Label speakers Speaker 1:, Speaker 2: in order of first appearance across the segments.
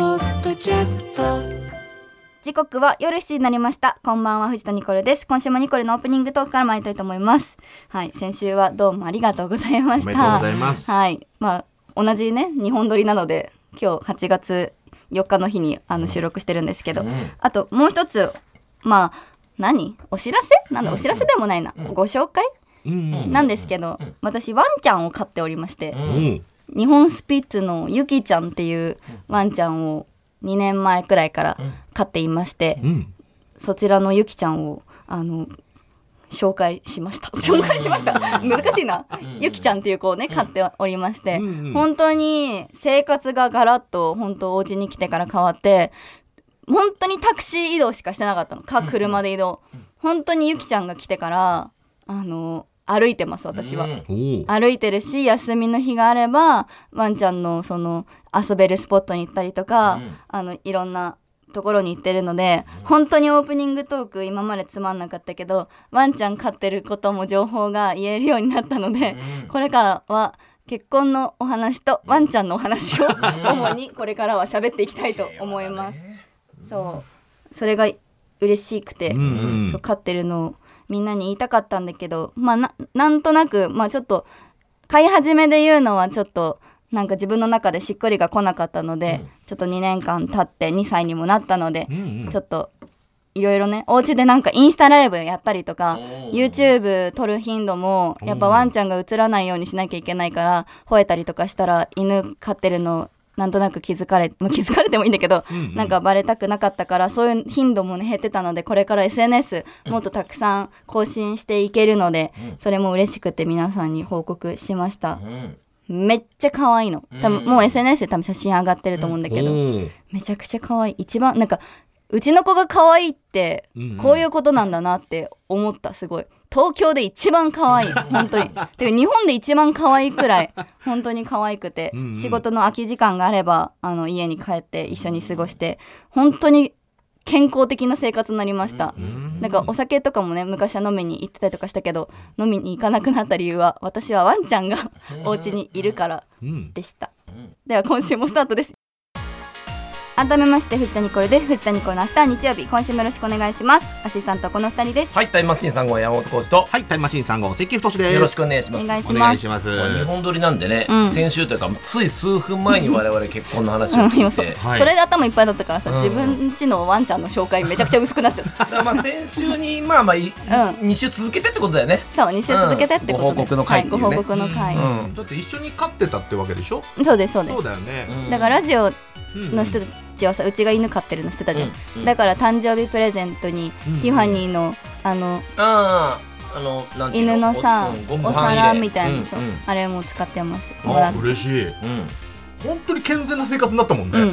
Speaker 1: キャスト
Speaker 2: 時刻は夜7時になりましたこんばんは藤田ニコルです今週もニコルのオープニングトークから参りたいと思いますはい先週はどうもありがとうございま
Speaker 3: お
Speaker 2: した
Speaker 3: めでとうございます。
Speaker 2: はいまあ同じね日本撮りなので今日8月4日の日にあの収録してるんですけど、あともう一つまあ何お知らせなんだお知らせでもないな、ご紹介、
Speaker 3: うん
Speaker 2: なんですけど、私ワンちゃんを飼っておりまして、
Speaker 3: うん
Speaker 2: 日本スピッツのゆきちゃんっていうワンちゃんを2年前くらいから飼っていまして、
Speaker 3: うん
Speaker 2: そちらのゆきちゃんをあの紹介しました紹介しました難しいなゆきちゃんっていう子をね飼っておりまして、
Speaker 3: うんうん
Speaker 2: 本当に生活がガラッと本当お家に来てから変わって本当にタクシー移動しかしてなかったのか車で移動、本当にゆきちゃんが来てからあの歩いてます私は。
Speaker 3: おー
Speaker 2: 歩いてるし休みの日があればワンちゃんのその遊べるスポットに行ったりとか、あのいろんなところに行ってるので、本当にオープニングトーク今までつまんなかったけどワンちゃん飼ってることも情報が言えるようになったので、これからは結婚のお話とワンちゃんのお話を主にこれからは喋っていきたいと思います。そうそれが嬉しくて、
Speaker 3: んうん
Speaker 2: そう飼ってるのをみんなに言いたかったんだけど、まあ、ななんとなく、まあ、ちょっと飼い始めで言うのはちょっとなんか自分の中でしっくりが来なかったので、ちょっと2年間経って2歳にもなったので、ちょっといろいろねお家でなんかインスタライブやったりとか YouTube 撮る頻度もやっぱワンちゃんが映らないようにしなきゃいけないから吠えたりとかしたら犬飼ってるのなんとなく気づかれ、まあ、気づかれてもいいんだけど、なんかバレたくなかったからそういう頻度もね減ってたのでこれから SNS もっとたくさん更新していけるので、それも嬉しくて皆さんに報告しました、めっちゃ可愛いの多分もう SNS で多分写真上がってると思うんだけど、
Speaker 3: おー
Speaker 2: めちゃくちゃ可愛い一番なんかうちの子が可愛いって
Speaker 3: んうん
Speaker 2: こういうことなんだなって思ったすごい東京で一番可 愛い本当にてか日本で一番可愛いくらい本当に可愛くて仕事の空き時間があればあの家に帰って一緒に過ごして本当に健康的な生活になりました、なんかお酒とかもね昔は飲みに行ってたりとかしたけど飲みに行かなくなった理由は私はワンちゃんが お家にいるから
Speaker 3: うん
Speaker 2: でした、では今週もスタートです改めまして藤田ニコルです藤田ニコルの明日は日曜日今週もよろしくお願いしますアシスタントはこの二人です、
Speaker 4: はい、タイムマシーン3号山本浩二と、
Speaker 3: はい、タイムマシーン三号関太です。
Speaker 4: よろしくお願いします。
Speaker 2: お願い
Speaker 4: こ
Speaker 2: し
Speaker 3: お願
Speaker 2: ま
Speaker 3: い
Speaker 2: す
Speaker 3: します。
Speaker 4: れ日本撮りなんでね、
Speaker 2: うん
Speaker 4: 先週というかつい数分前に我々結婚の話を
Speaker 2: うん
Speaker 4: 聞
Speaker 2: 今
Speaker 4: い
Speaker 2: そ
Speaker 4: て、
Speaker 3: はい
Speaker 2: それで頭いっぱいだったからさ、
Speaker 4: うん
Speaker 2: 自分ちのワンちゃんの紹介めちゃくちゃ薄くなっちゃった
Speaker 4: だからまあ先週にまあまあい
Speaker 2: ん
Speaker 4: 二週続けてってことだよね。
Speaker 2: そう2週続けてってことで、
Speaker 4: うんご報告の回っていうね
Speaker 2: はい、ご報告の回、
Speaker 4: うん。
Speaker 3: だって一緒に飼ってたってわけでしょ。
Speaker 2: そうですそうです
Speaker 3: そうだよね。
Speaker 2: だからラジオ
Speaker 3: うん
Speaker 2: の人たちはさうちが犬飼ってるのしてたじゃん、
Speaker 4: うん
Speaker 2: だから誕生日プレゼントに
Speaker 3: うん
Speaker 2: ティファニーのあの
Speaker 4: ああ、あのなんていう
Speaker 2: 犬のさ
Speaker 4: うんご飯入れ
Speaker 2: お皿みたいな
Speaker 4: うん
Speaker 2: そう
Speaker 4: うん
Speaker 2: あれも使ってますもら
Speaker 3: あ
Speaker 2: っ、
Speaker 3: 嬉しい。
Speaker 4: うん
Speaker 3: 本当に健全な生活になったもんね。
Speaker 2: うん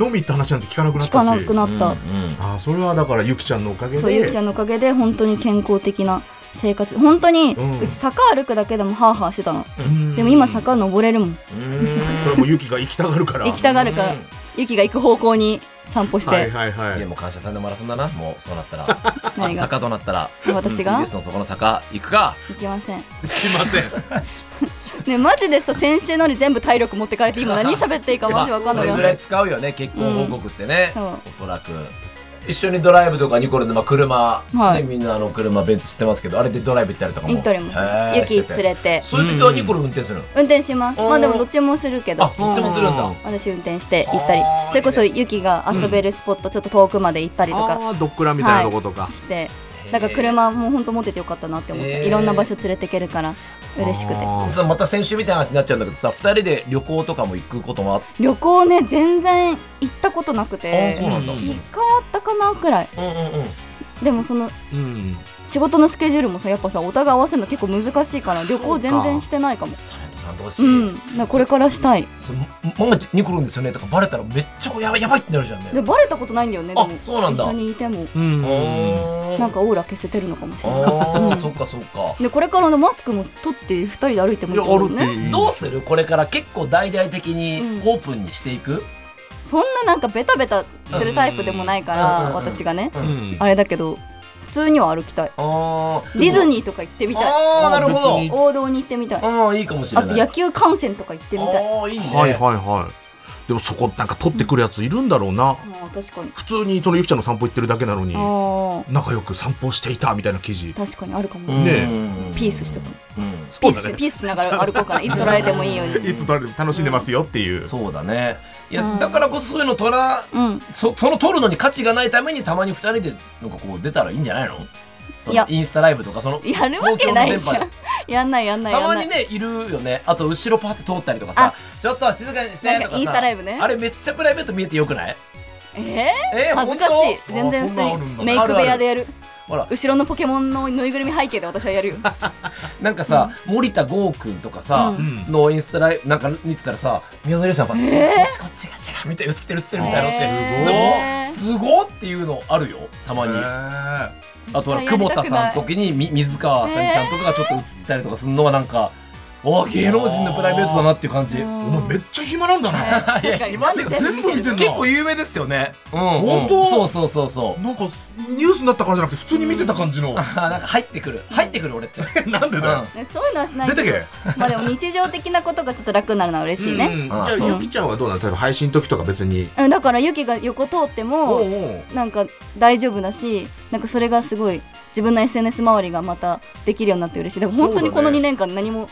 Speaker 3: 飲み行った話なんて聞かなくなっ
Speaker 2: 聞か
Speaker 3: た
Speaker 2: な
Speaker 3: し
Speaker 2: く。なった、
Speaker 4: うん
Speaker 3: あー、それはだからゆきちゃんのおかげで。
Speaker 2: そうゆきちゃんのおかげで本当に健康的な生活本当に、う
Speaker 3: うん
Speaker 2: ち坂歩くだけでもハーハーしてたの
Speaker 3: うん
Speaker 2: でも今。坂登れるもん
Speaker 3: そ れもゆきが行きたがるから。
Speaker 2: 行きたがるから
Speaker 4: うん
Speaker 2: ゆきが行く方向に散歩して、
Speaker 3: はいはいは
Speaker 4: 次
Speaker 3: い。
Speaker 4: も感謝さんのマラソンだな。もうそうなったら、
Speaker 2: 何が
Speaker 4: 坂となったら、
Speaker 2: 私が
Speaker 4: TBS のそこの坂行くか。
Speaker 2: 行きません
Speaker 3: すいません。
Speaker 2: ねマジでさ先週のに全部体力持ってかれて今何喋っていいかマジわかんな
Speaker 4: そ
Speaker 2: い
Speaker 4: れぐらい使うよね結婚報告って
Speaker 2: う
Speaker 4: ね、
Speaker 2: んそう
Speaker 4: おそらく一緒にドライブとかニコルの、まあ、車、
Speaker 2: はい
Speaker 4: ねみんなあの車ベンツ知ってますけどあれでドライブ行ったりとかも
Speaker 2: 行ったりもする
Speaker 4: へー
Speaker 2: ゆき
Speaker 4: してて
Speaker 2: 連れて
Speaker 4: そういう時はニコル運転するの、
Speaker 2: 運転します
Speaker 4: おー
Speaker 2: まあでもどっちもするけど
Speaker 4: あどっちもするんだ、
Speaker 3: うん
Speaker 2: 私運転して行ったり
Speaker 4: あー
Speaker 2: それこそゆきが遊べるスポットちょっと遠くまで行ったりとか
Speaker 3: ああ、ドッグランみたいなとことか。
Speaker 2: して
Speaker 4: へー
Speaker 2: なんか車もうほんと持っててよかったなって思って
Speaker 4: へー
Speaker 2: いろんな場所連れてけるから嬉しくて
Speaker 3: あー
Speaker 4: さまた先週みたいな話になっちゃうんだけどさ二人で旅行とかも行くこともあって、
Speaker 2: 旅行ね全然行ったことなく
Speaker 4: あー
Speaker 2: て
Speaker 4: そうなんだ
Speaker 3: うん
Speaker 2: 一回あったかなくらい
Speaker 4: うんうんうん
Speaker 2: でもその
Speaker 3: うん。
Speaker 2: 仕事のスケジュールもさやっぱさお互い合わせるの結構難しいから旅行全然してないかも
Speaker 4: タレントさん同士、
Speaker 2: うんだからこれからしたい
Speaker 4: そもがニコルんですよねとかバレたらめっちゃこうやばいやばいってなるじゃんね
Speaker 2: でバレたことないんだよねでも
Speaker 4: あそうなんだ
Speaker 2: 一緒にいても
Speaker 3: うん。
Speaker 4: おー
Speaker 2: なんかオーラ消せてるのかもしれ
Speaker 4: あ
Speaker 2: な
Speaker 4: ー
Speaker 2: い
Speaker 4: そ
Speaker 2: うん
Speaker 4: っかそっか
Speaker 2: でこれからのマスクも取って二人で歩いても
Speaker 3: い
Speaker 2: いい
Speaker 3: や、
Speaker 2: と
Speaker 3: あ
Speaker 2: 思
Speaker 3: る
Speaker 2: う
Speaker 3: って
Speaker 2: ね
Speaker 3: いい。
Speaker 4: どうするこれから結構大々的に
Speaker 2: うん
Speaker 4: オープンにしていく、
Speaker 2: そんななんかベタベタするタイプでもないか
Speaker 4: うんうん
Speaker 2: ら
Speaker 4: うん
Speaker 2: 私がね
Speaker 3: うん。
Speaker 2: あれだけど普通には歩きたい
Speaker 4: あー
Speaker 2: ディズニーとか行ってみたい
Speaker 4: ああなるほ
Speaker 3: 別に
Speaker 4: ど
Speaker 2: 王道に行ってみたい
Speaker 4: ああいいかもしれ
Speaker 2: あ
Speaker 4: ない
Speaker 2: と野球観戦とか行ってみたい
Speaker 4: ああいいね
Speaker 3: はいはいはでもそこなんか取ってくるやついるんだろうな
Speaker 2: もう確かに
Speaker 3: 普通にそのゆきちゃんの散歩行ってるだけなのに
Speaker 2: あー
Speaker 3: 仲良く散歩していたみたいな記事
Speaker 2: 確かにあるかも、
Speaker 3: ねえ
Speaker 4: うん
Speaker 2: ピースしとく
Speaker 4: うん
Speaker 2: ピ
Speaker 3: そ
Speaker 2: ースしピースしながら歩こうかないつ取られてもいいように
Speaker 3: いつ取られても楽しんでますよっていう、
Speaker 4: そうだねいや、
Speaker 2: うん
Speaker 4: だからこそそういうの取ら
Speaker 2: うん
Speaker 4: そその取るのに価値がないためにたまに2人でなんかこう出たらいいんじゃないのそ
Speaker 2: いや
Speaker 4: のインスタライブとかその
Speaker 2: やるわけないじ
Speaker 4: 公共の電波
Speaker 2: ゃ
Speaker 4: で
Speaker 2: んやんないやんない
Speaker 4: た
Speaker 2: やん
Speaker 4: ま
Speaker 2: な
Speaker 4: に
Speaker 2: い
Speaker 4: ねいるよねあと後ろパッて通ったりとかさちょっと静かにして
Speaker 2: な
Speaker 4: と
Speaker 2: ん
Speaker 4: か
Speaker 2: か
Speaker 4: さ
Speaker 2: インスタライブね
Speaker 4: あれめっちゃプライベート見えてよくない
Speaker 2: えー、
Speaker 4: えー、
Speaker 2: 恥ず
Speaker 4: 本
Speaker 2: かしい
Speaker 4: 当
Speaker 2: 全然普
Speaker 3: あそんなのある
Speaker 2: 通
Speaker 3: ん
Speaker 2: に
Speaker 3: だ
Speaker 2: メイク部屋でやる
Speaker 4: ほら
Speaker 2: 後ろのポケモンのぬいぐるみ背景で私はやるよ
Speaker 4: なんかさ、森田剛君とかさ、
Speaker 2: うん
Speaker 4: のインスタライブなんか見てたらさ宮沢りえさんが、
Speaker 2: え
Speaker 4: こっちこっちが違う見て映ってる映ってるみたいなのって、
Speaker 2: へー
Speaker 4: すごいすごっっていうのあるよたまに、
Speaker 3: へ
Speaker 4: あとは
Speaker 2: 絶対や
Speaker 4: 久
Speaker 2: り
Speaker 4: 保
Speaker 2: た
Speaker 4: 田
Speaker 2: く
Speaker 4: さ
Speaker 2: ない
Speaker 4: んの時にみ水川あさみさんとかがちょっと映ったりとかするのはなんか、おー芸能人のプライベートだなっていう感じ、
Speaker 3: ー
Speaker 2: うん
Speaker 3: お前めっちゃ暇なんだな
Speaker 4: いや
Speaker 2: 確かに
Speaker 4: 暇で
Speaker 2: 全部
Speaker 3: 全部見てん
Speaker 4: 結構
Speaker 3: な
Speaker 4: 有名ですよね、うんうん
Speaker 3: 本当
Speaker 4: そうそうそうそう
Speaker 3: なんかニュースになった感じじゃ なくて普通に見てた感じの
Speaker 4: あーなんか入ってくる入ってくる俺って、う
Speaker 3: なんでだよ
Speaker 4: ん、
Speaker 2: ねそういうのはしない
Speaker 3: 出て
Speaker 2: けど
Speaker 3: け
Speaker 2: まあでも日常的なことがちょっと楽になるのは嬉しいね、
Speaker 3: うんうんじ
Speaker 4: あ
Speaker 3: ゃあ
Speaker 4: そう
Speaker 3: ゆきちゃんはどうなの例えば配信の時とか別に
Speaker 2: うん、だからユキが横通って
Speaker 3: おう
Speaker 2: も
Speaker 3: おう
Speaker 2: なんか大丈夫だしなんかそれがすごい自分の SNS 周りがまたできるようになって嬉しいだから本当にこの
Speaker 3: そうだね
Speaker 2: 2年間何も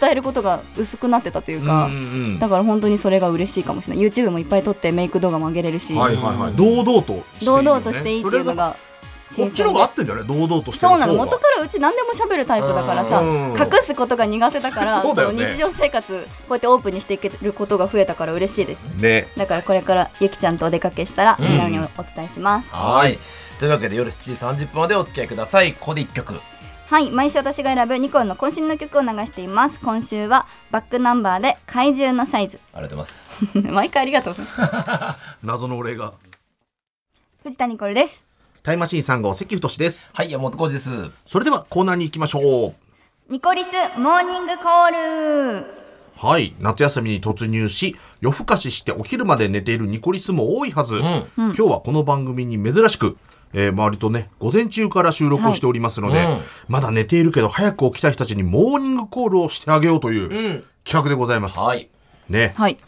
Speaker 2: 伝えることが薄くなってたというか
Speaker 3: うんうん
Speaker 2: だから本当にそれが嬉しいかもしれない YouTube もいっぱい撮ってメイク動画も上げれるし、
Speaker 3: はいはいはい堂々としていいよ
Speaker 2: 堂
Speaker 3: ね
Speaker 2: 々としていいっていうのが
Speaker 3: それがこっちの方
Speaker 2: で
Speaker 3: が合ってんじゃない堂々としてる
Speaker 2: そ
Speaker 3: 方
Speaker 2: う
Speaker 3: が
Speaker 2: なの元からうち何でも喋るタイプだからさ
Speaker 3: うん
Speaker 2: 隠すことが苦手だから
Speaker 3: そうだよね
Speaker 2: こう日常生活こうやってオープンにしていけることが増えたから嬉しいです
Speaker 3: ね
Speaker 2: だからこれからゆきちゃんとお出かけしたら
Speaker 4: うん
Speaker 2: みんなにお伝えします、
Speaker 4: はいというわけで夜7時30分までお付き合いくださいここで1曲
Speaker 2: はい毎週私が選ぶニコンの渾身の曲を流しています今週はバックナンバーで怪獣のサイズ
Speaker 4: ありがとうございます
Speaker 2: 毎回ありがとう
Speaker 3: 謎のお礼が
Speaker 2: 藤田ニコルです
Speaker 3: タイムマシーン3号関太です
Speaker 4: はい山本浩二です
Speaker 3: それではコーナーに行きましょう
Speaker 2: ニコリスモーニングコール
Speaker 3: はい夏休みに突入し夜更かししてお昼まで寝ているニコリスも多いはず、今日はこの番組に珍しく、えー周りとね午前中から収録をしておりますので、
Speaker 4: はいうん
Speaker 3: まだ寝ているけど早く起きたい人たちにモーニングコールをしてあげようという企画でございます、
Speaker 4: はい
Speaker 3: ね
Speaker 2: はい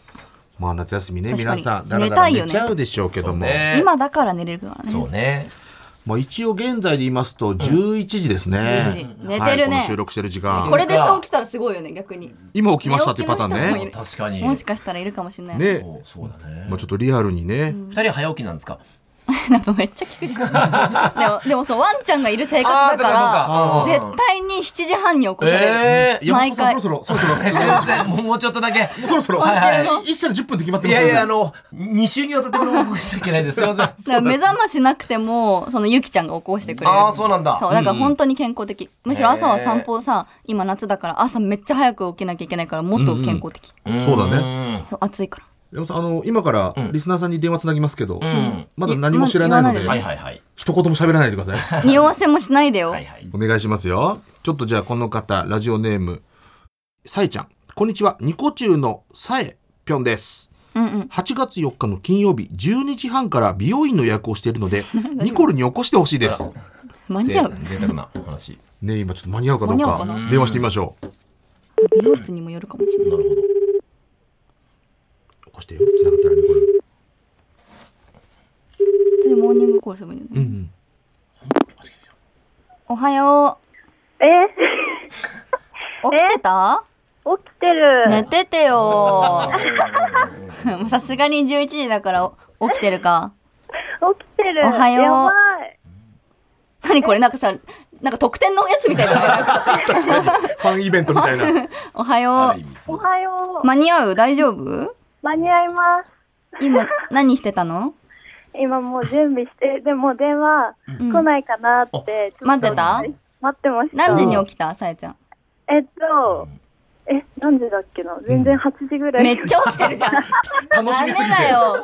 Speaker 3: まあ夏休みね
Speaker 2: 確か
Speaker 3: 皆
Speaker 2: に
Speaker 3: さんだらだ
Speaker 2: 寝た
Speaker 3: ら
Speaker 2: い
Speaker 3: 寝
Speaker 2: よね
Speaker 3: ちゃうでしょうけども、
Speaker 4: ね
Speaker 2: 今だから寝れるからね
Speaker 4: そうね
Speaker 3: まあ、一応現在で言いますと11時ですね、
Speaker 2: 11時寝てるね
Speaker 3: はいこの収録してる時間
Speaker 2: これでそう起きたらすごいよね逆に
Speaker 3: 今起きましたっていうパターン
Speaker 2: 寝起きの人もいる
Speaker 3: ね
Speaker 4: 確かに
Speaker 2: もしかしたらいるかもしれない
Speaker 3: ね
Speaker 4: そうそうだね
Speaker 3: まあ、ちょっとリアルにね、
Speaker 4: 二人早起きなんですか
Speaker 2: なんかめっちゃ聞くじゃんでもでもそうワンちゃんがいる生活だか
Speaker 4: あーそ
Speaker 2: ら
Speaker 4: っかそっか
Speaker 2: 絶対に7時半に起こされる、
Speaker 4: え
Speaker 2: いや毎回
Speaker 3: 山本さんそろそろそろ そろ
Speaker 4: 全然もうもうちょっとだけ
Speaker 3: そろそろ
Speaker 2: 今週の
Speaker 3: はいはい一社で10分で決まって
Speaker 4: い
Speaker 3: ますよ
Speaker 4: や
Speaker 3: ね
Speaker 4: いやあの二週にわたってこれ報告しちゃいけないですすいません
Speaker 2: だから目覚ましなくてもそのゆきちゃんが起こしてくれる
Speaker 4: ああそうなんだ
Speaker 2: そうだから本当に健康的、むしろ朝は散歩さ今夏だから朝めっちゃ早く起きなきゃいけないからもっと健康的、
Speaker 3: そうだ
Speaker 4: ね
Speaker 2: そう暑いから
Speaker 3: 山本さんあの今からリスナーさんに電話つなぎますけど、
Speaker 4: ん
Speaker 3: まだ何も知らないので、
Speaker 2: 言
Speaker 4: はいはいはい
Speaker 3: 一言も喋らないでください
Speaker 2: 匂わせもしないでよ、
Speaker 4: はいはい
Speaker 3: お願いしますよちょっとじゃあこの方ラジオネームさえちゃんこんにちはニコ中のさえぴょんです
Speaker 2: うんうん
Speaker 3: 8月4日の金曜日12時半から美容院の予約をしているの でニコルに起こしてほしいです
Speaker 2: 間
Speaker 4: 贅
Speaker 2: に合
Speaker 4: 沢
Speaker 2: う
Speaker 4: 贅沢な話
Speaker 3: ね今ちょっと間に合うかどう
Speaker 2: 間
Speaker 3: か
Speaker 2: に合うかな
Speaker 3: 電話してみましょう
Speaker 2: 美容室にもよるかもしれない
Speaker 4: なるほど
Speaker 3: 起こしてよ繋がったらニコル
Speaker 2: 普通にモーニングコールすればいいよね、
Speaker 3: うん
Speaker 2: おはよ
Speaker 1: え
Speaker 2: う 起きてた
Speaker 1: 起きてる。
Speaker 2: 寝てて よさすがに11時だからお起きてるか
Speaker 1: 起きてる。
Speaker 2: おはよう
Speaker 1: やばい。
Speaker 2: 何これなんかさなんか特典のやつみたいだね
Speaker 3: ファンイベントみた いな
Speaker 2: おは
Speaker 4: あ
Speaker 2: よ
Speaker 4: る意味そ
Speaker 1: お
Speaker 4: う
Speaker 1: はよ
Speaker 2: う間に合う大丈夫
Speaker 1: う。間に合います。
Speaker 2: 今何してたの
Speaker 1: 今もう準備して、でも電話
Speaker 2: ん
Speaker 1: 来ないかなって。ちょっ
Speaker 2: 待
Speaker 1: と
Speaker 2: ってた
Speaker 1: 待ってました。
Speaker 2: 何時に起きたさやちゃん
Speaker 1: えっと、え、何時だっけな全然8時ぐらい。
Speaker 2: めっちゃ起きてるじゃん
Speaker 3: 楽しみすぎて
Speaker 2: ダメだよ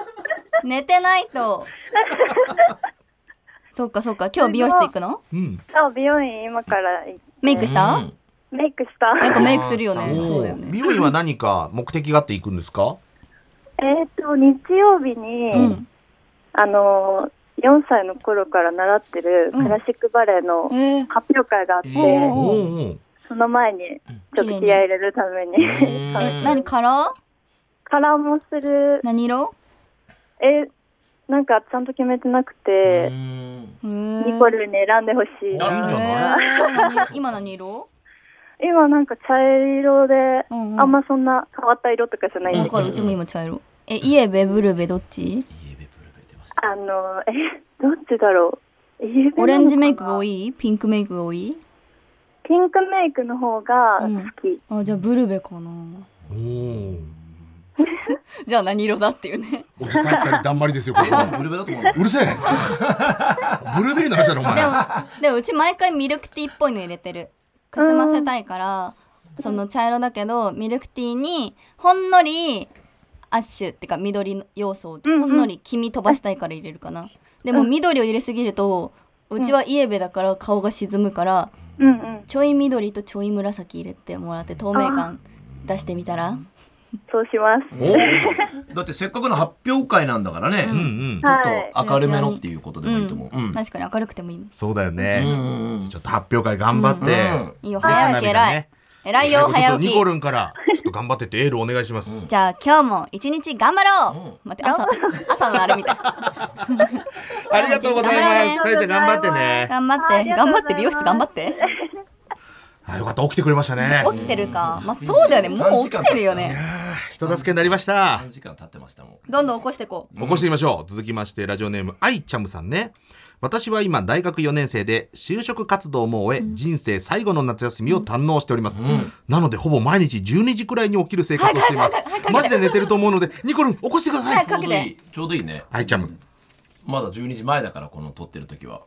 Speaker 2: 寝てないと そっかそっか今日美容室行くの
Speaker 3: うん
Speaker 1: あ美容院今から行
Speaker 2: メイクした、
Speaker 4: うん
Speaker 1: メイクし
Speaker 2: やっぱ
Speaker 1: た。
Speaker 2: メイクするよね
Speaker 4: あー
Speaker 2: そうだよね
Speaker 3: 美容院は何か目的があって行くんですか
Speaker 1: えっと、日曜日に、
Speaker 2: うん
Speaker 1: あの、4歳の頃から習ってるクラシックバレエの
Speaker 2: えー、
Speaker 1: 発表会があって、
Speaker 2: うんうん
Speaker 3: おうおう
Speaker 1: その前にちょっと気合い入れるために
Speaker 4: うん
Speaker 1: あ
Speaker 2: え何カラー
Speaker 1: カカラーもする
Speaker 2: 何色
Speaker 1: えなんかちゃんと決めてなく
Speaker 4: う
Speaker 1: て、
Speaker 4: ーん
Speaker 1: ニ
Speaker 2: ニ
Speaker 1: コルに選んでほしい
Speaker 3: あいいん
Speaker 1: な
Speaker 3: じゃない
Speaker 2: 今何色
Speaker 1: 今なんか茶色で、
Speaker 2: うんうん
Speaker 1: あんまそんな変わった色とかじゃないん
Speaker 2: だ
Speaker 1: で
Speaker 2: からうちも今茶色えイエベブルベどっち
Speaker 4: イエベブルベ出ました
Speaker 1: あのえどっちだろうイエベなのかな
Speaker 2: オレンジメイクが多いピンクメイクが多い
Speaker 1: ピンクメイクの方が好き、
Speaker 2: あじゃあブルベかな
Speaker 3: おー
Speaker 2: じゃあ何色だっていうね
Speaker 3: おじさん二人だんまりですよこれ
Speaker 4: あブルベだと思うの
Speaker 3: うるせえブルーベリーの話だろ
Speaker 2: で
Speaker 3: お前
Speaker 2: もでもうち毎回ミルクティーっぽいの入れてるくすませたいからその茶色だけどミルクティーにほんのりアッシュってか緑の要素をほ
Speaker 1: うんうん
Speaker 2: んのり黄身飛ばしたいから入れるかなでも緑を入れすぎるとうちはイエベだから顔が沈むから
Speaker 1: うんうん
Speaker 2: ちょい緑とちょい紫入れてもらって透明感出してみたら
Speaker 1: そうします
Speaker 3: おー
Speaker 4: だってせっかくの発表会なんだからね、
Speaker 3: うんうん
Speaker 4: ちょ
Speaker 1: はい
Speaker 4: っと明るめのっていうことでもいいと思う、
Speaker 2: ん
Speaker 4: うん
Speaker 2: 確かに明るくてもいい
Speaker 3: そうだよ
Speaker 4: うん
Speaker 3: ね
Speaker 4: うんうん
Speaker 3: ちょっと発表会頑張って
Speaker 4: うん
Speaker 2: いいよ早起き偉い、
Speaker 3: ね
Speaker 2: 偉い
Speaker 3: 最
Speaker 2: よ
Speaker 3: 後ちょっと
Speaker 2: 早起
Speaker 3: ニコ
Speaker 2: き
Speaker 3: ルンからちょっと頑張ってってエールお願いします
Speaker 2: じゃあ今日も一日頑張ろう、
Speaker 4: うん
Speaker 2: 待って朝朝のあ れみたい
Speaker 3: ありがとうございますさ
Speaker 1: あ
Speaker 3: やちゃん
Speaker 1: りがとうございます
Speaker 3: 頑張ってね
Speaker 2: 頑張っ
Speaker 1: あ
Speaker 2: て
Speaker 1: りがと
Speaker 2: 頑張
Speaker 1: うございます
Speaker 2: って美容室頑張って
Speaker 3: あよかった起きてくれましたね
Speaker 2: 起きてるかまあそうだよねもう起きてるよね
Speaker 3: 人助けになりました
Speaker 4: 3時間経ってましたもん
Speaker 2: どんどん起こしてこう
Speaker 3: 起こしてみましょう。続きまして、ラジオネーム、アイチャムさんね。私は今、大学4年生で、就職活動も終え、人生最後の夏休みを堪能しております。なので、ほぼ毎日12時くらいに起きる生活をしています
Speaker 2: 早く早く早く早く。早く
Speaker 3: マジで寝てると思うので、ニコルン、起こしてください
Speaker 2: 早。くかけ
Speaker 4: ちょうどい
Speaker 2: て
Speaker 4: いちょうどいいね
Speaker 3: アイチャム。
Speaker 4: まだ12時前だからこの撮ってる時は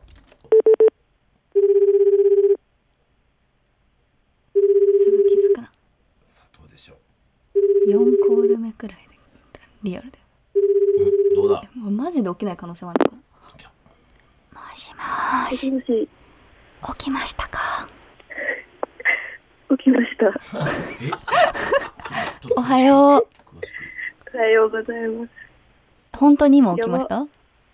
Speaker 2: すぐ気づかな
Speaker 4: さあどうでしょ
Speaker 2: 4コール目くらいでリアルで
Speaker 4: う、うん、どうだ
Speaker 2: もうマジで起きない可能性もあるからもしもーし
Speaker 1: もし
Speaker 2: 起きましたか
Speaker 1: 起きました
Speaker 4: え
Speaker 2: おはよう
Speaker 4: 詳しく
Speaker 1: おはようございます
Speaker 2: 本当に今起きました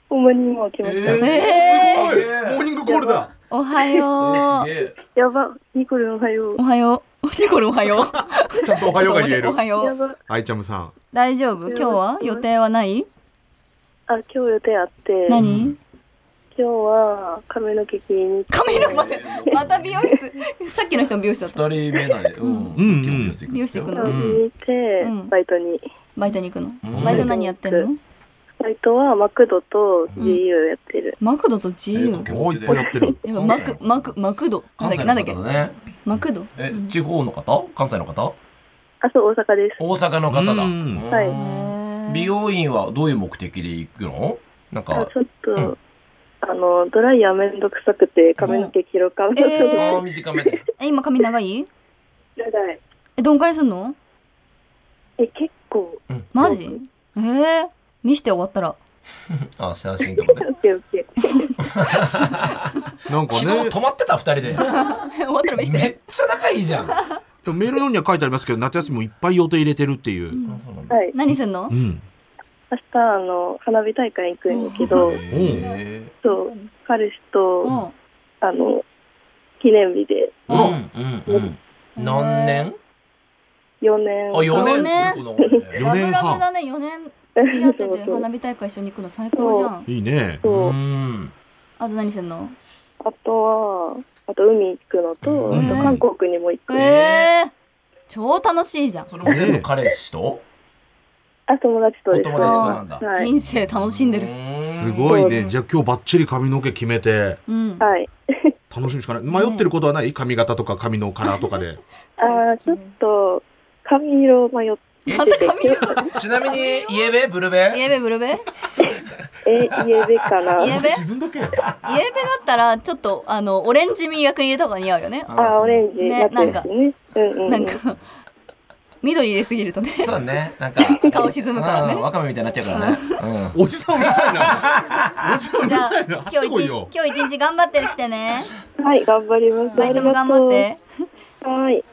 Speaker 1: ほんまにもう起きました、
Speaker 4: えー
Speaker 2: え
Speaker 4: すごい
Speaker 3: モーニングコールだ。
Speaker 2: ー、おはよ
Speaker 4: す
Speaker 2: う
Speaker 4: げえ
Speaker 1: やばニコルおはよう
Speaker 2: おはようニコルおはよう
Speaker 3: ちゃんとおはようが言える
Speaker 2: お。はよ
Speaker 1: や
Speaker 2: う
Speaker 1: ば
Speaker 3: アイチャムさん。
Speaker 2: 大丈夫今日は予定はない
Speaker 1: あ今日予定あって今
Speaker 2: 何
Speaker 1: 日は髪の毛切りに
Speaker 2: 髪の待って また美容室さっきの人も美容室だった
Speaker 4: 二人目だねうん
Speaker 3: うん
Speaker 4: さっきも美容室
Speaker 2: 美容室行
Speaker 4: 行くっつって
Speaker 2: くの
Speaker 1: 行って、
Speaker 2: うん
Speaker 1: バイトに
Speaker 2: バイトに行くの
Speaker 4: うん
Speaker 2: バイト何やってんの
Speaker 1: バイトはマクドと GU やってる、
Speaker 2: マクドと自由
Speaker 4: えー
Speaker 3: おーいっぱいやってる。
Speaker 2: やっぱマクマクマクドなんだっけなんだっけ
Speaker 4: 関西の方だね
Speaker 2: マクド
Speaker 4: え地方の方関西の方
Speaker 1: あそう大阪です
Speaker 4: 大阪の方だ
Speaker 3: う
Speaker 4: うんん
Speaker 1: はい
Speaker 4: 美容院はどういう目的で行くのなん
Speaker 1: あ
Speaker 4: か
Speaker 1: ちょっと、
Speaker 4: うん
Speaker 1: あのドライヤーめんどくさくて髪の毛切ろうかなと思って、
Speaker 2: えー
Speaker 4: あー短めで
Speaker 2: え今髪長い
Speaker 1: 長い
Speaker 2: えどんくらいすんの
Speaker 1: え結構
Speaker 2: マジえー、見して終わった ら
Speaker 4: あ写真とかね
Speaker 1: オッケーオッケー
Speaker 3: なんか
Speaker 4: 昨日
Speaker 3: ね、
Speaker 4: 止まってた二人で
Speaker 2: 終わったら見して
Speaker 4: めっちゃ仲いいじゃんあ
Speaker 3: でもメールの方には書いてありますけど、夏休みもいっぱい予定入れてるっていう。
Speaker 4: そうなんだ
Speaker 1: はい
Speaker 2: 何すんの
Speaker 3: うん。
Speaker 1: 明日あの花火大会行くんやけど
Speaker 4: へ
Speaker 1: そう彼氏
Speaker 2: う
Speaker 1: と
Speaker 2: ん
Speaker 1: あの記念日で
Speaker 4: ーうんうんう
Speaker 2: うんん
Speaker 4: 何年
Speaker 1: 4年
Speaker 4: あ四
Speaker 2: 四
Speaker 4: 年
Speaker 2: 年
Speaker 4: この子ね
Speaker 3: 4
Speaker 2: ラブ
Speaker 3: 年
Speaker 2: ラブ
Speaker 3: 半。
Speaker 2: だね4年付き合ってて
Speaker 1: そう
Speaker 2: 花火大会一緒に行くの最高じゃん
Speaker 3: いいね。
Speaker 1: そう
Speaker 4: うん
Speaker 2: あと何すんの
Speaker 1: あとはあと海行くのと、
Speaker 4: うん
Speaker 1: あと韓国にも行く、
Speaker 2: えー、超楽しいじゃん
Speaker 4: それも全部彼氏と
Speaker 1: あ友達とです
Speaker 4: お友達となんだ
Speaker 1: はい、
Speaker 2: 人生楽しんでる
Speaker 4: る
Speaker 3: すごいね。
Speaker 1: そう
Speaker 3: じゃあ今日バッチリ髪の毛決めて。
Speaker 2: うん
Speaker 1: はい、
Speaker 3: 楽しみしかない迷ってることはない髪型とか髪のカラーと かで
Speaker 1: あーちょっと髪色迷ってて
Speaker 2: また髪色
Speaker 4: ちなみにイエベブルベ
Speaker 2: イエベブル ベイエ
Speaker 1: え家でかな
Speaker 2: イエベ
Speaker 3: 沈んどけあ
Speaker 2: ベだったらちょっとあのオレンジ味役に入れた方が似合うよね
Speaker 1: あーオレンジ
Speaker 2: ね
Speaker 1: やってますねうんうん、うん、
Speaker 2: なん か緑入れすぎるとね
Speaker 4: そうだねなんか
Speaker 2: 顔沈むからね
Speaker 4: うんわかめみたいになっちゃうからね うん
Speaker 3: おじさんうるさいなおじさんうる
Speaker 2: じゃあ
Speaker 3: さいな走
Speaker 2: 今
Speaker 3: ってこ
Speaker 2: 日
Speaker 3: い
Speaker 2: 一
Speaker 3: よ
Speaker 2: 日今日一日頑張ってきてね
Speaker 1: はい、頑張ります。
Speaker 2: バイトも頑張って
Speaker 1: ありがとう。はい。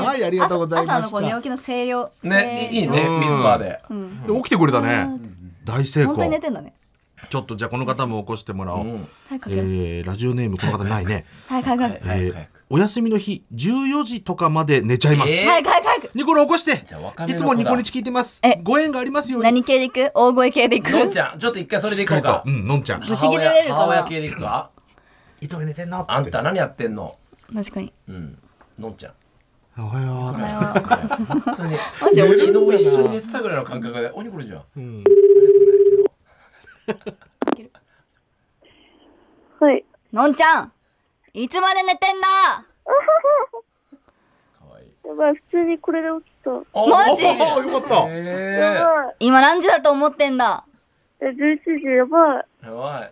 Speaker 4: は
Speaker 3: はいありがとうござい
Speaker 2: 朝
Speaker 3: ま
Speaker 2: の
Speaker 3: し
Speaker 2: こう寝起
Speaker 3: た
Speaker 2: きの声量
Speaker 4: い。ね、いい
Speaker 2: 声量
Speaker 4: ね
Speaker 3: う、ん
Speaker 4: ミスパーで。
Speaker 2: うん
Speaker 3: でも起きてくれたね大成
Speaker 2: 本当に寝
Speaker 3: 功
Speaker 2: てんだね
Speaker 3: ちょっとじゃあこの方も起こしてもらおう、
Speaker 4: うん
Speaker 2: はい、かけよう
Speaker 3: えーラジオネームこの方ないね、
Speaker 2: はい、かけよう
Speaker 3: え
Speaker 4: え早く
Speaker 3: ー
Speaker 4: 早く
Speaker 3: お休みの日14時とかまで寝ちゃいます、
Speaker 4: えー
Speaker 2: はい、かけよ
Speaker 3: ニコル起こして
Speaker 4: じゃあ若め
Speaker 3: い
Speaker 4: の
Speaker 3: つ
Speaker 4: 子だ
Speaker 3: もニコニチ聞いてます
Speaker 2: え
Speaker 3: ご縁がありますよ
Speaker 2: う
Speaker 3: うに
Speaker 2: 何系でいく大声系でいく
Speaker 4: のんちゃんちょっと一回それでいこうか
Speaker 3: しっりとうんのんちゃん
Speaker 2: ぶち切れれるかな
Speaker 4: 母親系でいくか
Speaker 3: いつも寝てんの
Speaker 4: あんた何やってんの
Speaker 2: 確かに
Speaker 4: うんのんちゃ ん
Speaker 3: おはよ
Speaker 2: おはよ
Speaker 4: 本当に
Speaker 2: ジ面白いんだ
Speaker 4: 昨日一緒に寝てたぐらいの感覚で「おにこるじゃん」あ
Speaker 3: う、うん、
Speaker 4: りがとうね昨日
Speaker 1: はい。
Speaker 2: うのんちゃんいつまで寝てんだ
Speaker 4: かわいい。
Speaker 1: やばい、普通にこれで起きた。
Speaker 2: マジ
Speaker 4: ああ
Speaker 3: よかった
Speaker 4: え
Speaker 1: やばい。
Speaker 2: 今何時だと思ってんだ
Speaker 1: え、11時やばい。
Speaker 4: えやば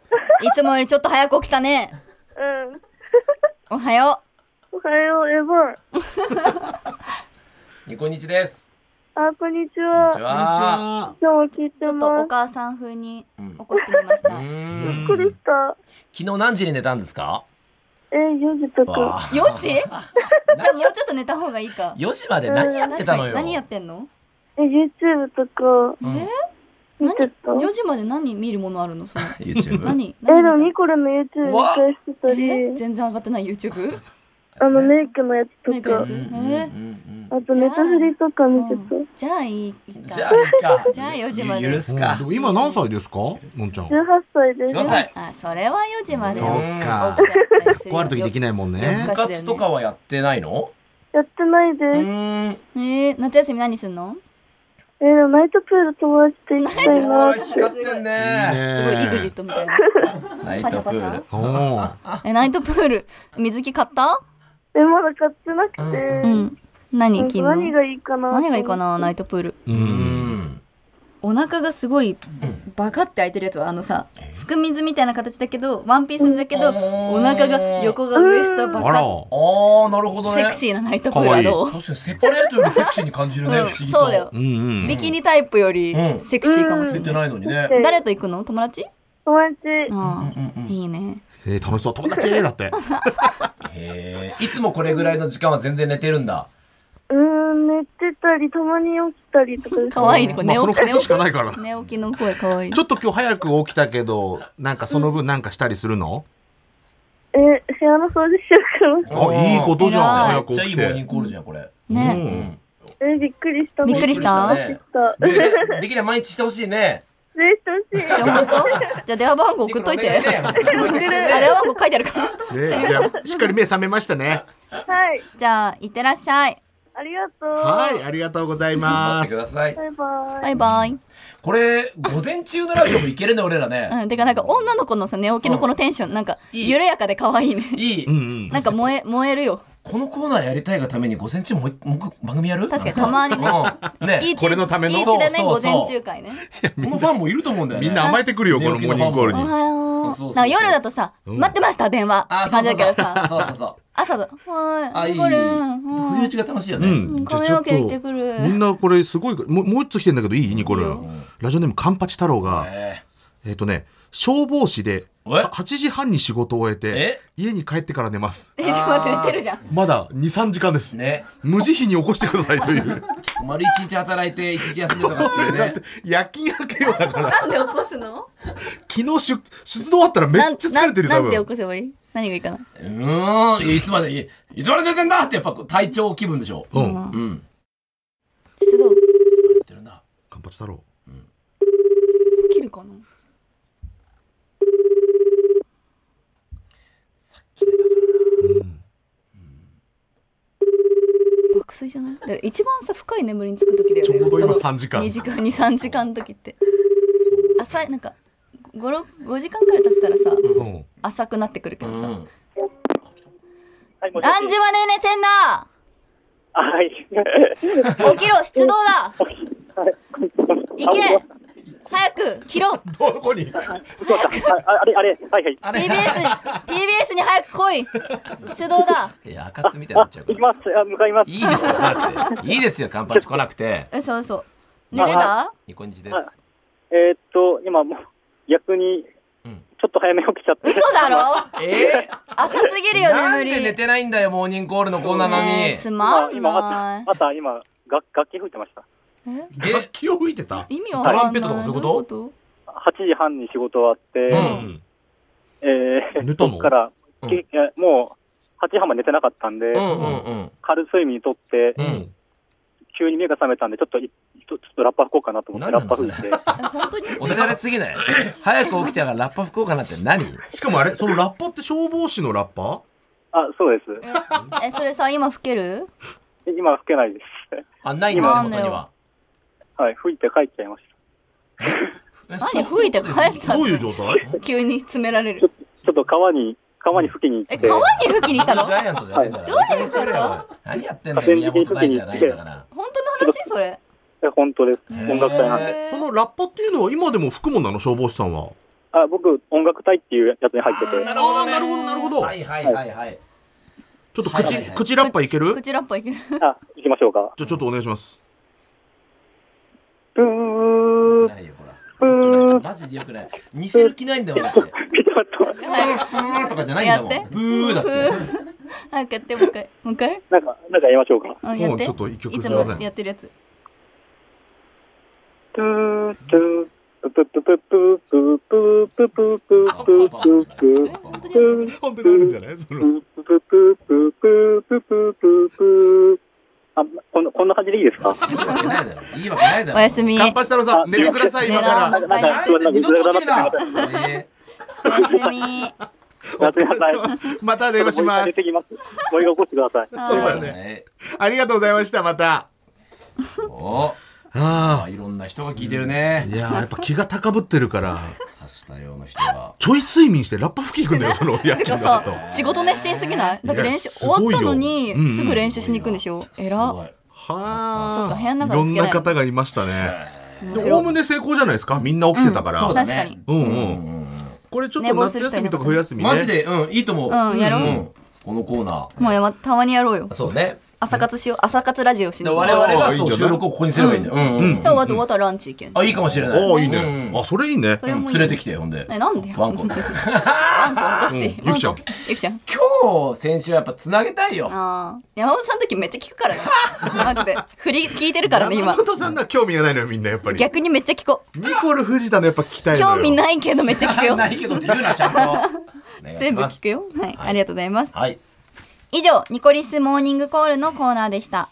Speaker 4: い。
Speaker 2: いつもよりちょっと早く起きたね
Speaker 1: うん。
Speaker 2: おはよ
Speaker 1: おはよう、やばい。
Speaker 4: ニコニチです。
Speaker 1: あ、こんにち
Speaker 4: こん
Speaker 1: は。
Speaker 4: にちは。
Speaker 1: 今日も聞いう
Speaker 2: ち
Speaker 1: て
Speaker 2: ょっとお
Speaker 1: ます。
Speaker 2: 母さん風に
Speaker 4: うん
Speaker 2: 起こしてみまし
Speaker 4: う
Speaker 2: た、
Speaker 4: ーん
Speaker 1: びっくりした。
Speaker 4: 昨日何時に寝たんですか。
Speaker 1: え、4時と
Speaker 4: わ
Speaker 1: か。
Speaker 4: あ
Speaker 2: 4時 じゃあもうちょっと寝た方がいいか
Speaker 4: 四時まで何やってた
Speaker 2: 確か
Speaker 4: の
Speaker 2: に
Speaker 4: よ。
Speaker 2: 何やってんの
Speaker 1: え、YouTube とか
Speaker 4: うん
Speaker 2: え
Speaker 1: 見てた。
Speaker 2: 何4時まで何見るものあるのそれ
Speaker 4: YouTube。
Speaker 2: 何
Speaker 1: え、でも
Speaker 2: 何
Speaker 1: ニコルの YouTube 見返してたり、
Speaker 2: え全然上がってない YouTube?
Speaker 1: あのメイクのや
Speaker 2: メ
Speaker 1: つ
Speaker 2: イクの
Speaker 1: と
Speaker 2: や
Speaker 1: か
Speaker 2: つ、
Speaker 4: え
Speaker 1: あとネタフリとか見て
Speaker 2: うんじゃあいいか
Speaker 4: じゃあいいか。
Speaker 2: じゃあ四時まで
Speaker 4: ゆ許すか
Speaker 3: で。も今何歳ですかのんちゃん
Speaker 1: た。18歳です。
Speaker 4: 18歳。
Speaker 2: あそれは4時まで
Speaker 3: そ
Speaker 4: うん
Speaker 3: うか
Speaker 2: 起きちゃったりす
Speaker 3: 学校ある時できないもんね
Speaker 4: 部活とかはやってないの？
Speaker 1: やってないで
Speaker 4: う
Speaker 1: す。
Speaker 4: ーん。
Speaker 2: えー、夏休み何すんの
Speaker 1: え、でもナイトプール友達と行きたいな。
Speaker 4: 光ってんね。
Speaker 2: すごい
Speaker 3: いいね
Speaker 2: EXIT みたいな。
Speaker 4: ナイトプール。
Speaker 3: おー
Speaker 2: え、ナイトプール、水着買った
Speaker 1: え、まだ買ってなく
Speaker 4: う
Speaker 1: て。
Speaker 2: うん。何
Speaker 1: なん
Speaker 2: 着ん
Speaker 1: か
Speaker 2: の
Speaker 1: 何がいいかな。
Speaker 2: 何がいいかな、ナ
Speaker 1: イ
Speaker 2: イトプール。
Speaker 3: う
Speaker 4: うんん。
Speaker 2: お腹がすごいバカって開いてるやつはあのさすくみずみたいな形だけどワンピースだけど
Speaker 4: うん
Speaker 2: お腹が横がウエストバ
Speaker 3: あら
Speaker 2: カ
Speaker 4: ああなるほどね。
Speaker 2: セク
Speaker 4: ー。
Speaker 2: シーなナイトプールはどう
Speaker 4: 確かにセパレートよりセクシーに感じるね。
Speaker 2: う
Speaker 4: 不
Speaker 2: ん
Speaker 4: 思議と。
Speaker 2: そうだよ
Speaker 3: うんうん
Speaker 2: ビキニタイプより
Speaker 4: うん
Speaker 2: セクシーかもし
Speaker 4: つ
Speaker 2: れ
Speaker 4: いて
Speaker 2: ない
Speaker 4: ないのにね。
Speaker 2: 誰と行くの友達
Speaker 1: 友達。
Speaker 2: あ
Speaker 4: うんうんう
Speaker 2: あ
Speaker 4: ん
Speaker 2: いいね
Speaker 3: えー楽しそう友達だって
Speaker 4: へえ。いつもこれぐらいの時間は全然寝てるんだ。
Speaker 1: うーん、寝てたり、たまに起きたりとかです。
Speaker 2: 可愛い子
Speaker 3: まあ
Speaker 2: 寝
Speaker 3: その
Speaker 2: 起き
Speaker 3: 二
Speaker 2: 寝
Speaker 3: つ
Speaker 2: 起
Speaker 3: しかないから
Speaker 2: き寝起きの声可愛い
Speaker 3: ちょっと今日早く起きたけどなんかその分なんかしたりするの
Speaker 1: え、部屋の掃除しようかな。
Speaker 3: あいいことじゃん
Speaker 2: 偉
Speaker 3: 早
Speaker 2: い
Speaker 3: く
Speaker 4: めっちゃ
Speaker 3: 起
Speaker 4: いい
Speaker 3: き
Speaker 4: モーニン
Speaker 3: て
Speaker 4: グコールじゃんこれ。
Speaker 2: ね
Speaker 4: うん
Speaker 1: え、びっくりした。
Speaker 2: びっくりした
Speaker 4: びっくりし
Speaker 1: した。
Speaker 4: たねでできれば毎日してほしいね。
Speaker 1: 失礼して
Speaker 2: じ
Speaker 1: ほしい。
Speaker 2: ゃあ本当 じゃあ電話番号送っといて
Speaker 4: ね
Speaker 2: あ電話番号書い てあるから
Speaker 3: ねじゃあしっかり目覚めましたね
Speaker 1: はい。
Speaker 2: じゃあいってらっしゃい
Speaker 1: ありがとう。
Speaker 3: はいありがとうござい
Speaker 4: 頑張
Speaker 3: ま
Speaker 4: ってく
Speaker 3: す
Speaker 4: ださい。
Speaker 1: バイバイ。
Speaker 2: バイバイ
Speaker 4: これ午前中のラジオもいけるね俺らね。
Speaker 2: うんてかなんか女の子のさ寝起きのこのテンションなんか
Speaker 4: いい
Speaker 2: 緩やかで可愛いね
Speaker 4: いい
Speaker 3: うん。うん
Speaker 2: なんか燃え燃えるよ
Speaker 4: このコーナーやりたいがために午前中もう一もう一個番組やる？
Speaker 2: 確かにたまにね
Speaker 4: うんね。
Speaker 2: 月一
Speaker 3: これのための
Speaker 2: 月一でね
Speaker 4: そうそうそう
Speaker 2: 午前中会ね
Speaker 4: このファンもいると思うんだよね。
Speaker 3: みんな甘えてくるよ
Speaker 4: ね
Speaker 3: このモーニングコール
Speaker 2: お
Speaker 3: に
Speaker 2: はよう
Speaker 4: そうそうそう
Speaker 2: なんか夜だとさ、
Speaker 3: うん
Speaker 2: 待ってました電話
Speaker 4: あ
Speaker 2: って
Speaker 4: そう
Speaker 2: 感じ
Speaker 4: そ
Speaker 2: だ
Speaker 4: うそ
Speaker 2: け
Speaker 4: う。
Speaker 2: ど
Speaker 4: そう
Speaker 2: さ
Speaker 4: そ うそう。
Speaker 2: 朝だは
Speaker 4: あ
Speaker 2: い
Speaker 4: いい。
Speaker 2: これ
Speaker 4: 冬打ちが楽しいよね。
Speaker 2: うん
Speaker 3: じゃあ
Speaker 2: 髪
Speaker 3: ちょっ
Speaker 2: の
Speaker 3: と
Speaker 2: 毛行ってくる
Speaker 3: みんなこれすごいもうもう一つ来てんだけどいいニコルラジオネームカンパチ太郎が
Speaker 4: え
Speaker 3: えっとね消防士で
Speaker 4: え
Speaker 3: は8時半に仕事を終えて
Speaker 4: え
Speaker 3: 家に帰ってから寝ます
Speaker 2: えちょっと待って寝てるじゃん
Speaker 3: まだ23時間です
Speaker 4: ーね。
Speaker 3: 無慈悲に起こしてくださいという
Speaker 4: 丸一日働いて一日休んでとかっていう
Speaker 3: だっ
Speaker 4: ね
Speaker 3: て。夜勤明けようだから
Speaker 2: なんで起こすの
Speaker 3: 昨日出出動終わったらめっちゃ疲れてるよ
Speaker 2: な
Speaker 3: 多
Speaker 2: んなんなんて起
Speaker 3: 分
Speaker 2: こせばいい何がいいかな
Speaker 4: うーん、いつまで、いいつまで出てんだってやっぱこう体調気分でしょ。
Speaker 3: う
Speaker 2: うんん
Speaker 4: うん。
Speaker 2: 出動
Speaker 4: 出てるんだ。
Speaker 3: カンパチ太郎
Speaker 2: 切るかな爆睡じゃないだから一番さ深い眠りにつく時だよね
Speaker 3: ちょうど今3時間
Speaker 2: 2時間23時間の時って浅いなんか5時間くらい経ってたらさ
Speaker 3: うん
Speaker 2: 浅くなってくるけどさ、
Speaker 4: うん。
Speaker 5: はい、もしも
Speaker 2: 何時まで寝てんだ
Speaker 5: あはい。
Speaker 2: 起きろ出動だ行け早く切ろう
Speaker 3: どこに
Speaker 5: そうだ。ああれ、あれ、はいはい。
Speaker 4: あ
Speaker 2: TBS
Speaker 4: れ
Speaker 2: に TBS に早く来い出動だ
Speaker 4: いや、赤津みたいになっちゃうか
Speaker 5: 行き
Speaker 4: ら。
Speaker 5: ます。あ向かいます。
Speaker 4: いいですよ、だって。いいですよ、カンパチ来なくて。
Speaker 2: 嘘嘘寝てた
Speaker 4: ニコニチです。
Speaker 5: えーっと、今もう逆に
Speaker 4: うん
Speaker 5: ちょっと早めに起きちゃって
Speaker 2: 嘘。だろ
Speaker 4: え
Speaker 2: 浅すぎる
Speaker 4: ー、
Speaker 2: よ
Speaker 4: なん
Speaker 2: 眠り
Speaker 4: で寝てないんだよ、モーニングコールのコーナーなの
Speaker 2: ねえつ
Speaker 4: に。
Speaker 2: まん
Speaker 5: 今
Speaker 2: な
Speaker 5: 朝朝今楽楽器吹いてました。
Speaker 2: いえ
Speaker 3: 楽器を吹いてた
Speaker 2: 意味わかんない
Speaker 4: トランペットとかそういうこと
Speaker 2: どいこ
Speaker 5: あ8時半に仕事終わって、
Speaker 4: う
Speaker 3: うんん
Speaker 5: えー
Speaker 3: 寝たの
Speaker 5: そっから、
Speaker 4: うん
Speaker 5: けいやもう8時半まで寝てなかったんで、
Speaker 4: うんうんうん。
Speaker 5: 軽睡眠とって、
Speaker 3: う
Speaker 4: うんん
Speaker 5: 急に目が覚めたんで、ちょっといちょちょっとラッパ吹こうかなと思って、
Speaker 4: 何
Speaker 5: ラ
Speaker 4: な
Speaker 5: ッ
Speaker 4: の
Speaker 5: パ吹いて、
Speaker 6: 本当に
Speaker 4: おしゃれすぎない早く起きたからラッパ吹こうかなって何
Speaker 3: しかもあれそのラッパって消防士のラッパ
Speaker 5: あそうです、
Speaker 2: えそれさ今吹ける
Speaker 5: 今は吹けないです。
Speaker 4: あ、ないんだ、
Speaker 2: な
Speaker 4: 手
Speaker 2: んだ
Speaker 4: 元
Speaker 2: よ
Speaker 4: には。
Speaker 5: はい、吹いて帰っちゃいました。
Speaker 2: 何吹いて帰った
Speaker 3: ど
Speaker 2: の
Speaker 3: ういう状態
Speaker 2: 急に詰められる
Speaker 5: ちょっと川に、川に吹きに行
Speaker 2: え
Speaker 5: って、
Speaker 2: 川に吹きに行ったの
Speaker 4: ジャイアン トじゃないんだから。
Speaker 2: はいどういうこと
Speaker 4: びっくりするよ何やってんだよ、宮本大地じゃないんだから。
Speaker 2: 本当の話それ
Speaker 5: え本当です。
Speaker 4: へー
Speaker 5: 音楽隊なんで。
Speaker 3: そのラッパっていうのは今でも吹くもんなの消防士さんは
Speaker 5: あ、僕、音楽隊っていうやつに入ってて、
Speaker 4: なるほ
Speaker 3: あ
Speaker 4: ど
Speaker 3: あ
Speaker 4: ね
Speaker 3: なるほどなるほど
Speaker 4: はいはいはいはい。
Speaker 3: ちょっと
Speaker 4: はい
Speaker 3: 口
Speaker 4: はいはい
Speaker 3: 口ラッパいける
Speaker 2: 口ラッパいける
Speaker 5: あ、行きましょうか。
Speaker 3: じゃあちょっとお願いします
Speaker 5: ブー、
Speaker 4: ないよ、ほら。
Speaker 5: ブー、
Speaker 4: マジでよくない。似せる気ないんだもん、だって。ブ
Speaker 5: ちょっと待って、
Speaker 4: ーとかじゃないんだも
Speaker 2: やっ
Speaker 4: ん。
Speaker 2: て
Speaker 4: ブーだって。
Speaker 2: 早くやってもう一回もう一回
Speaker 5: なんか、なんかやりましょうか。
Speaker 2: うんやって
Speaker 3: もうちょっと一曲
Speaker 2: いつ
Speaker 3: すいませ
Speaker 2: も
Speaker 3: ん
Speaker 2: やってるやつ
Speaker 5: トゥー、トゥー、プププププププププ
Speaker 4: パンパンパン
Speaker 5: プププ
Speaker 4: パンパンパン
Speaker 3: 本当にあるんじゃないそ の
Speaker 5: ププププププププあ、こんこんな感じでいいですか
Speaker 4: いいわけないだろ。いいわけないだろ。
Speaker 2: おやすみお
Speaker 3: 乾
Speaker 2: や
Speaker 3: 杯したろさん寝てください今から
Speaker 2: 寝ろ
Speaker 5: なんか、
Speaker 4: な
Speaker 5: すご
Speaker 4: ん
Speaker 5: い
Speaker 4: で
Speaker 5: なん
Speaker 4: 二度と起き
Speaker 5: か、ず
Speaker 4: るな
Speaker 5: らだって、。
Speaker 4: え
Speaker 2: すみ
Speaker 5: お疲れ様です。
Speaker 3: また電話しま
Speaker 5: 出
Speaker 3: す
Speaker 5: てきます。もう一回起こしてください。
Speaker 3: そうだね
Speaker 4: ーね
Speaker 3: ありがとうございましたまた
Speaker 4: お
Speaker 3: あ
Speaker 4: あいろんな人が聞いてるね
Speaker 3: い。やーやっぱ気が高ぶってるから
Speaker 4: 多種多様な人が。
Speaker 3: ちょい睡眠してラッパ吹き行くんだよそのやって
Speaker 2: て
Speaker 3: る
Speaker 2: か
Speaker 3: のと
Speaker 2: さ仕事熱心すぎないだって練習
Speaker 3: いやす
Speaker 2: 終
Speaker 3: ご
Speaker 2: わ
Speaker 3: いよ
Speaker 2: ったのに
Speaker 3: うんうん
Speaker 2: すぐ練習しに行くんでしょえら
Speaker 4: す
Speaker 2: そう
Speaker 3: は
Speaker 2: か部屋の
Speaker 3: あい
Speaker 2: 中
Speaker 3: ろ
Speaker 2: で
Speaker 3: ん
Speaker 2: 吹け
Speaker 3: な
Speaker 2: ない
Speaker 3: 方がいましたね
Speaker 2: 面
Speaker 3: で
Speaker 2: 白
Speaker 3: おお
Speaker 2: い
Speaker 3: むね成功じゃないですかみんな起きてたから、
Speaker 4: ごい。そうだね。
Speaker 2: 確かに
Speaker 3: うんう
Speaker 4: う
Speaker 3: ん
Speaker 4: んうんうん。
Speaker 3: これちょっ
Speaker 2: 寝
Speaker 3: と
Speaker 2: 坊す
Speaker 3: 夏
Speaker 2: る人
Speaker 3: 休
Speaker 2: い
Speaker 3: み
Speaker 2: な
Speaker 3: と
Speaker 2: かった
Speaker 3: か冬休みね
Speaker 4: マジで、うん、いいと思う。
Speaker 2: うんやろう
Speaker 4: うんこのコーナー。
Speaker 2: もうやまたまにやろうよ
Speaker 4: そうね。
Speaker 2: 朝活しよう朝活ラジオし
Speaker 4: で
Speaker 2: に行こう
Speaker 4: 我々が
Speaker 3: いいん
Speaker 4: そう
Speaker 3: じゃない
Speaker 4: 収録をここにすればいいんだよ。うんうんうん
Speaker 2: 今日はどうたランチ行けん
Speaker 4: あ、いいかもしれない。
Speaker 3: おーいいね、
Speaker 4: うん
Speaker 3: あそれいいね
Speaker 2: それもいい
Speaker 4: 連れてきて、ほんで。
Speaker 2: えなんで
Speaker 4: ワン コ。今
Speaker 2: ワンコどっち
Speaker 3: うんゆきちゃん
Speaker 2: ワンコゆきちゃん
Speaker 4: 日、先週やっぱ繋げたいよ。
Speaker 2: ああ山本さんの時めっちゃ聞くからねマジで振り聞いてるからね
Speaker 3: 山
Speaker 2: 今
Speaker 3: 本さんのは興味がないのよみんなやっぱり
Speaker 2: 逆にめっちゃ聞こう
Speaker 3: ニコル藤田のやっぱ聞きたいのよ
Speaker 2: 興味ないけどめっちゃ聞くよ
Speaker 4: ないけどって言うな、ちゃんと。お願いし
Speaker 2: 全部
Speaker 4: ます
Speaker 2: 聞くよはいありがとうございます
Speaker 4: はい。
Speaker 2: 以上ニコリスモーニングコールのコーナーでした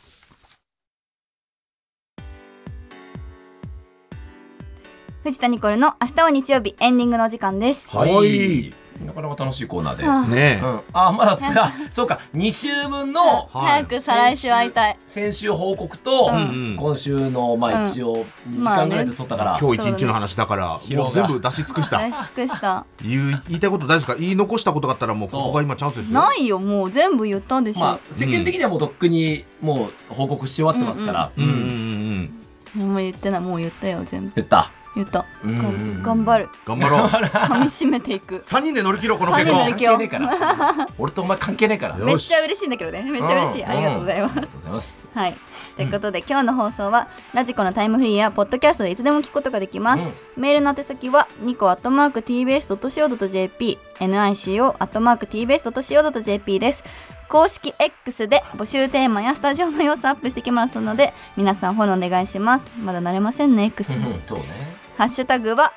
Speaker 2: 藤田ニコルの明日は日曜日エンディングのお時間です、
Speaker 3: はい
Speaker 4: なかなか楽しいコーナーで。
Speaker 2: はあ
Speaker 3: ねえ、
Speaker 4: うん、あまだつかそうか2週分の
Speaker 3: はい
Speaker 2: 早く再来週会いたい
Speaker 4: 先週報告と、
Speaker 3: んうん
Speaker 4: 今週のまあ一応2時間ぐらいで撮ったから、
Speaker 3: 今日一日の話だから
Speaker 4: そうだね
Speaker 3: もう全部出し尽くし
Speaker 2: 出
Speaker 3: た
Speaker 2: し尽くした
Speaker 3: 言う言いたいこと大事ですか言い残したことがあったらもう
Speaker 4: そう
Speaker 3: ここが今チャンスですよ
Speaker 2: ないよもう全部言ったでしょ、
Speaker 4: まあ世間的にはもうとっくにもう報告し終わってますから、
Speaker 3: うんうん
Speaker 4: うん
Speaker 3: うんうん
Speaker 2: もう言ってないもう言ったよ全部
Speaker 4: 言った
Speaker 2: 言った、
Speaker 4: うんうんう
Speaker 2: が
Speaker 4: ん
Speaker 2: 頑張る
Speaker 3: 頑張ろう
Speaker 2: 噛み締めて いく
Speaker 3: 3人で乗り切ろうこの
Speaker 2: 三
Speaker 3: 結
Speaker 2: 人乗
Speaker 3: 婚
Speaker 2: り
Speaker 4: 関係ねえから俺とお前関係ねえから
Speaker 3: よ
Speaker 2: めっちゃ嬉しいんだけどねめっちゃ嬉しい、
Speaker 4: ん
Speaker 2: ありがとうございます、
Speaker 4: んありがとうございます
Speaker 2: はい。ということで、今日の放送はラジコのタイムフリーやポッドキャストでいつでも聞くことができます。メールの宛先はニコアットマーク tbs.co.jp、nico アットマーク tbs.co.jp です。公式 X で募集テーマやスタジオの様子アップしてきますので、皆さんフォローお願いします。まだ慣れませんね、X。
Speaker 4: うんうんそうね
Speaker 2: ハッシュタグは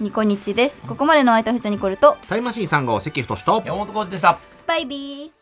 Speaker 2: ニコニチです。ここまでのお相手は藤田ニコルと、
Speaker 3: タイムマシーン3号関太と
Speaker 4: 山本浩二でした
Speaker 2: バイビー。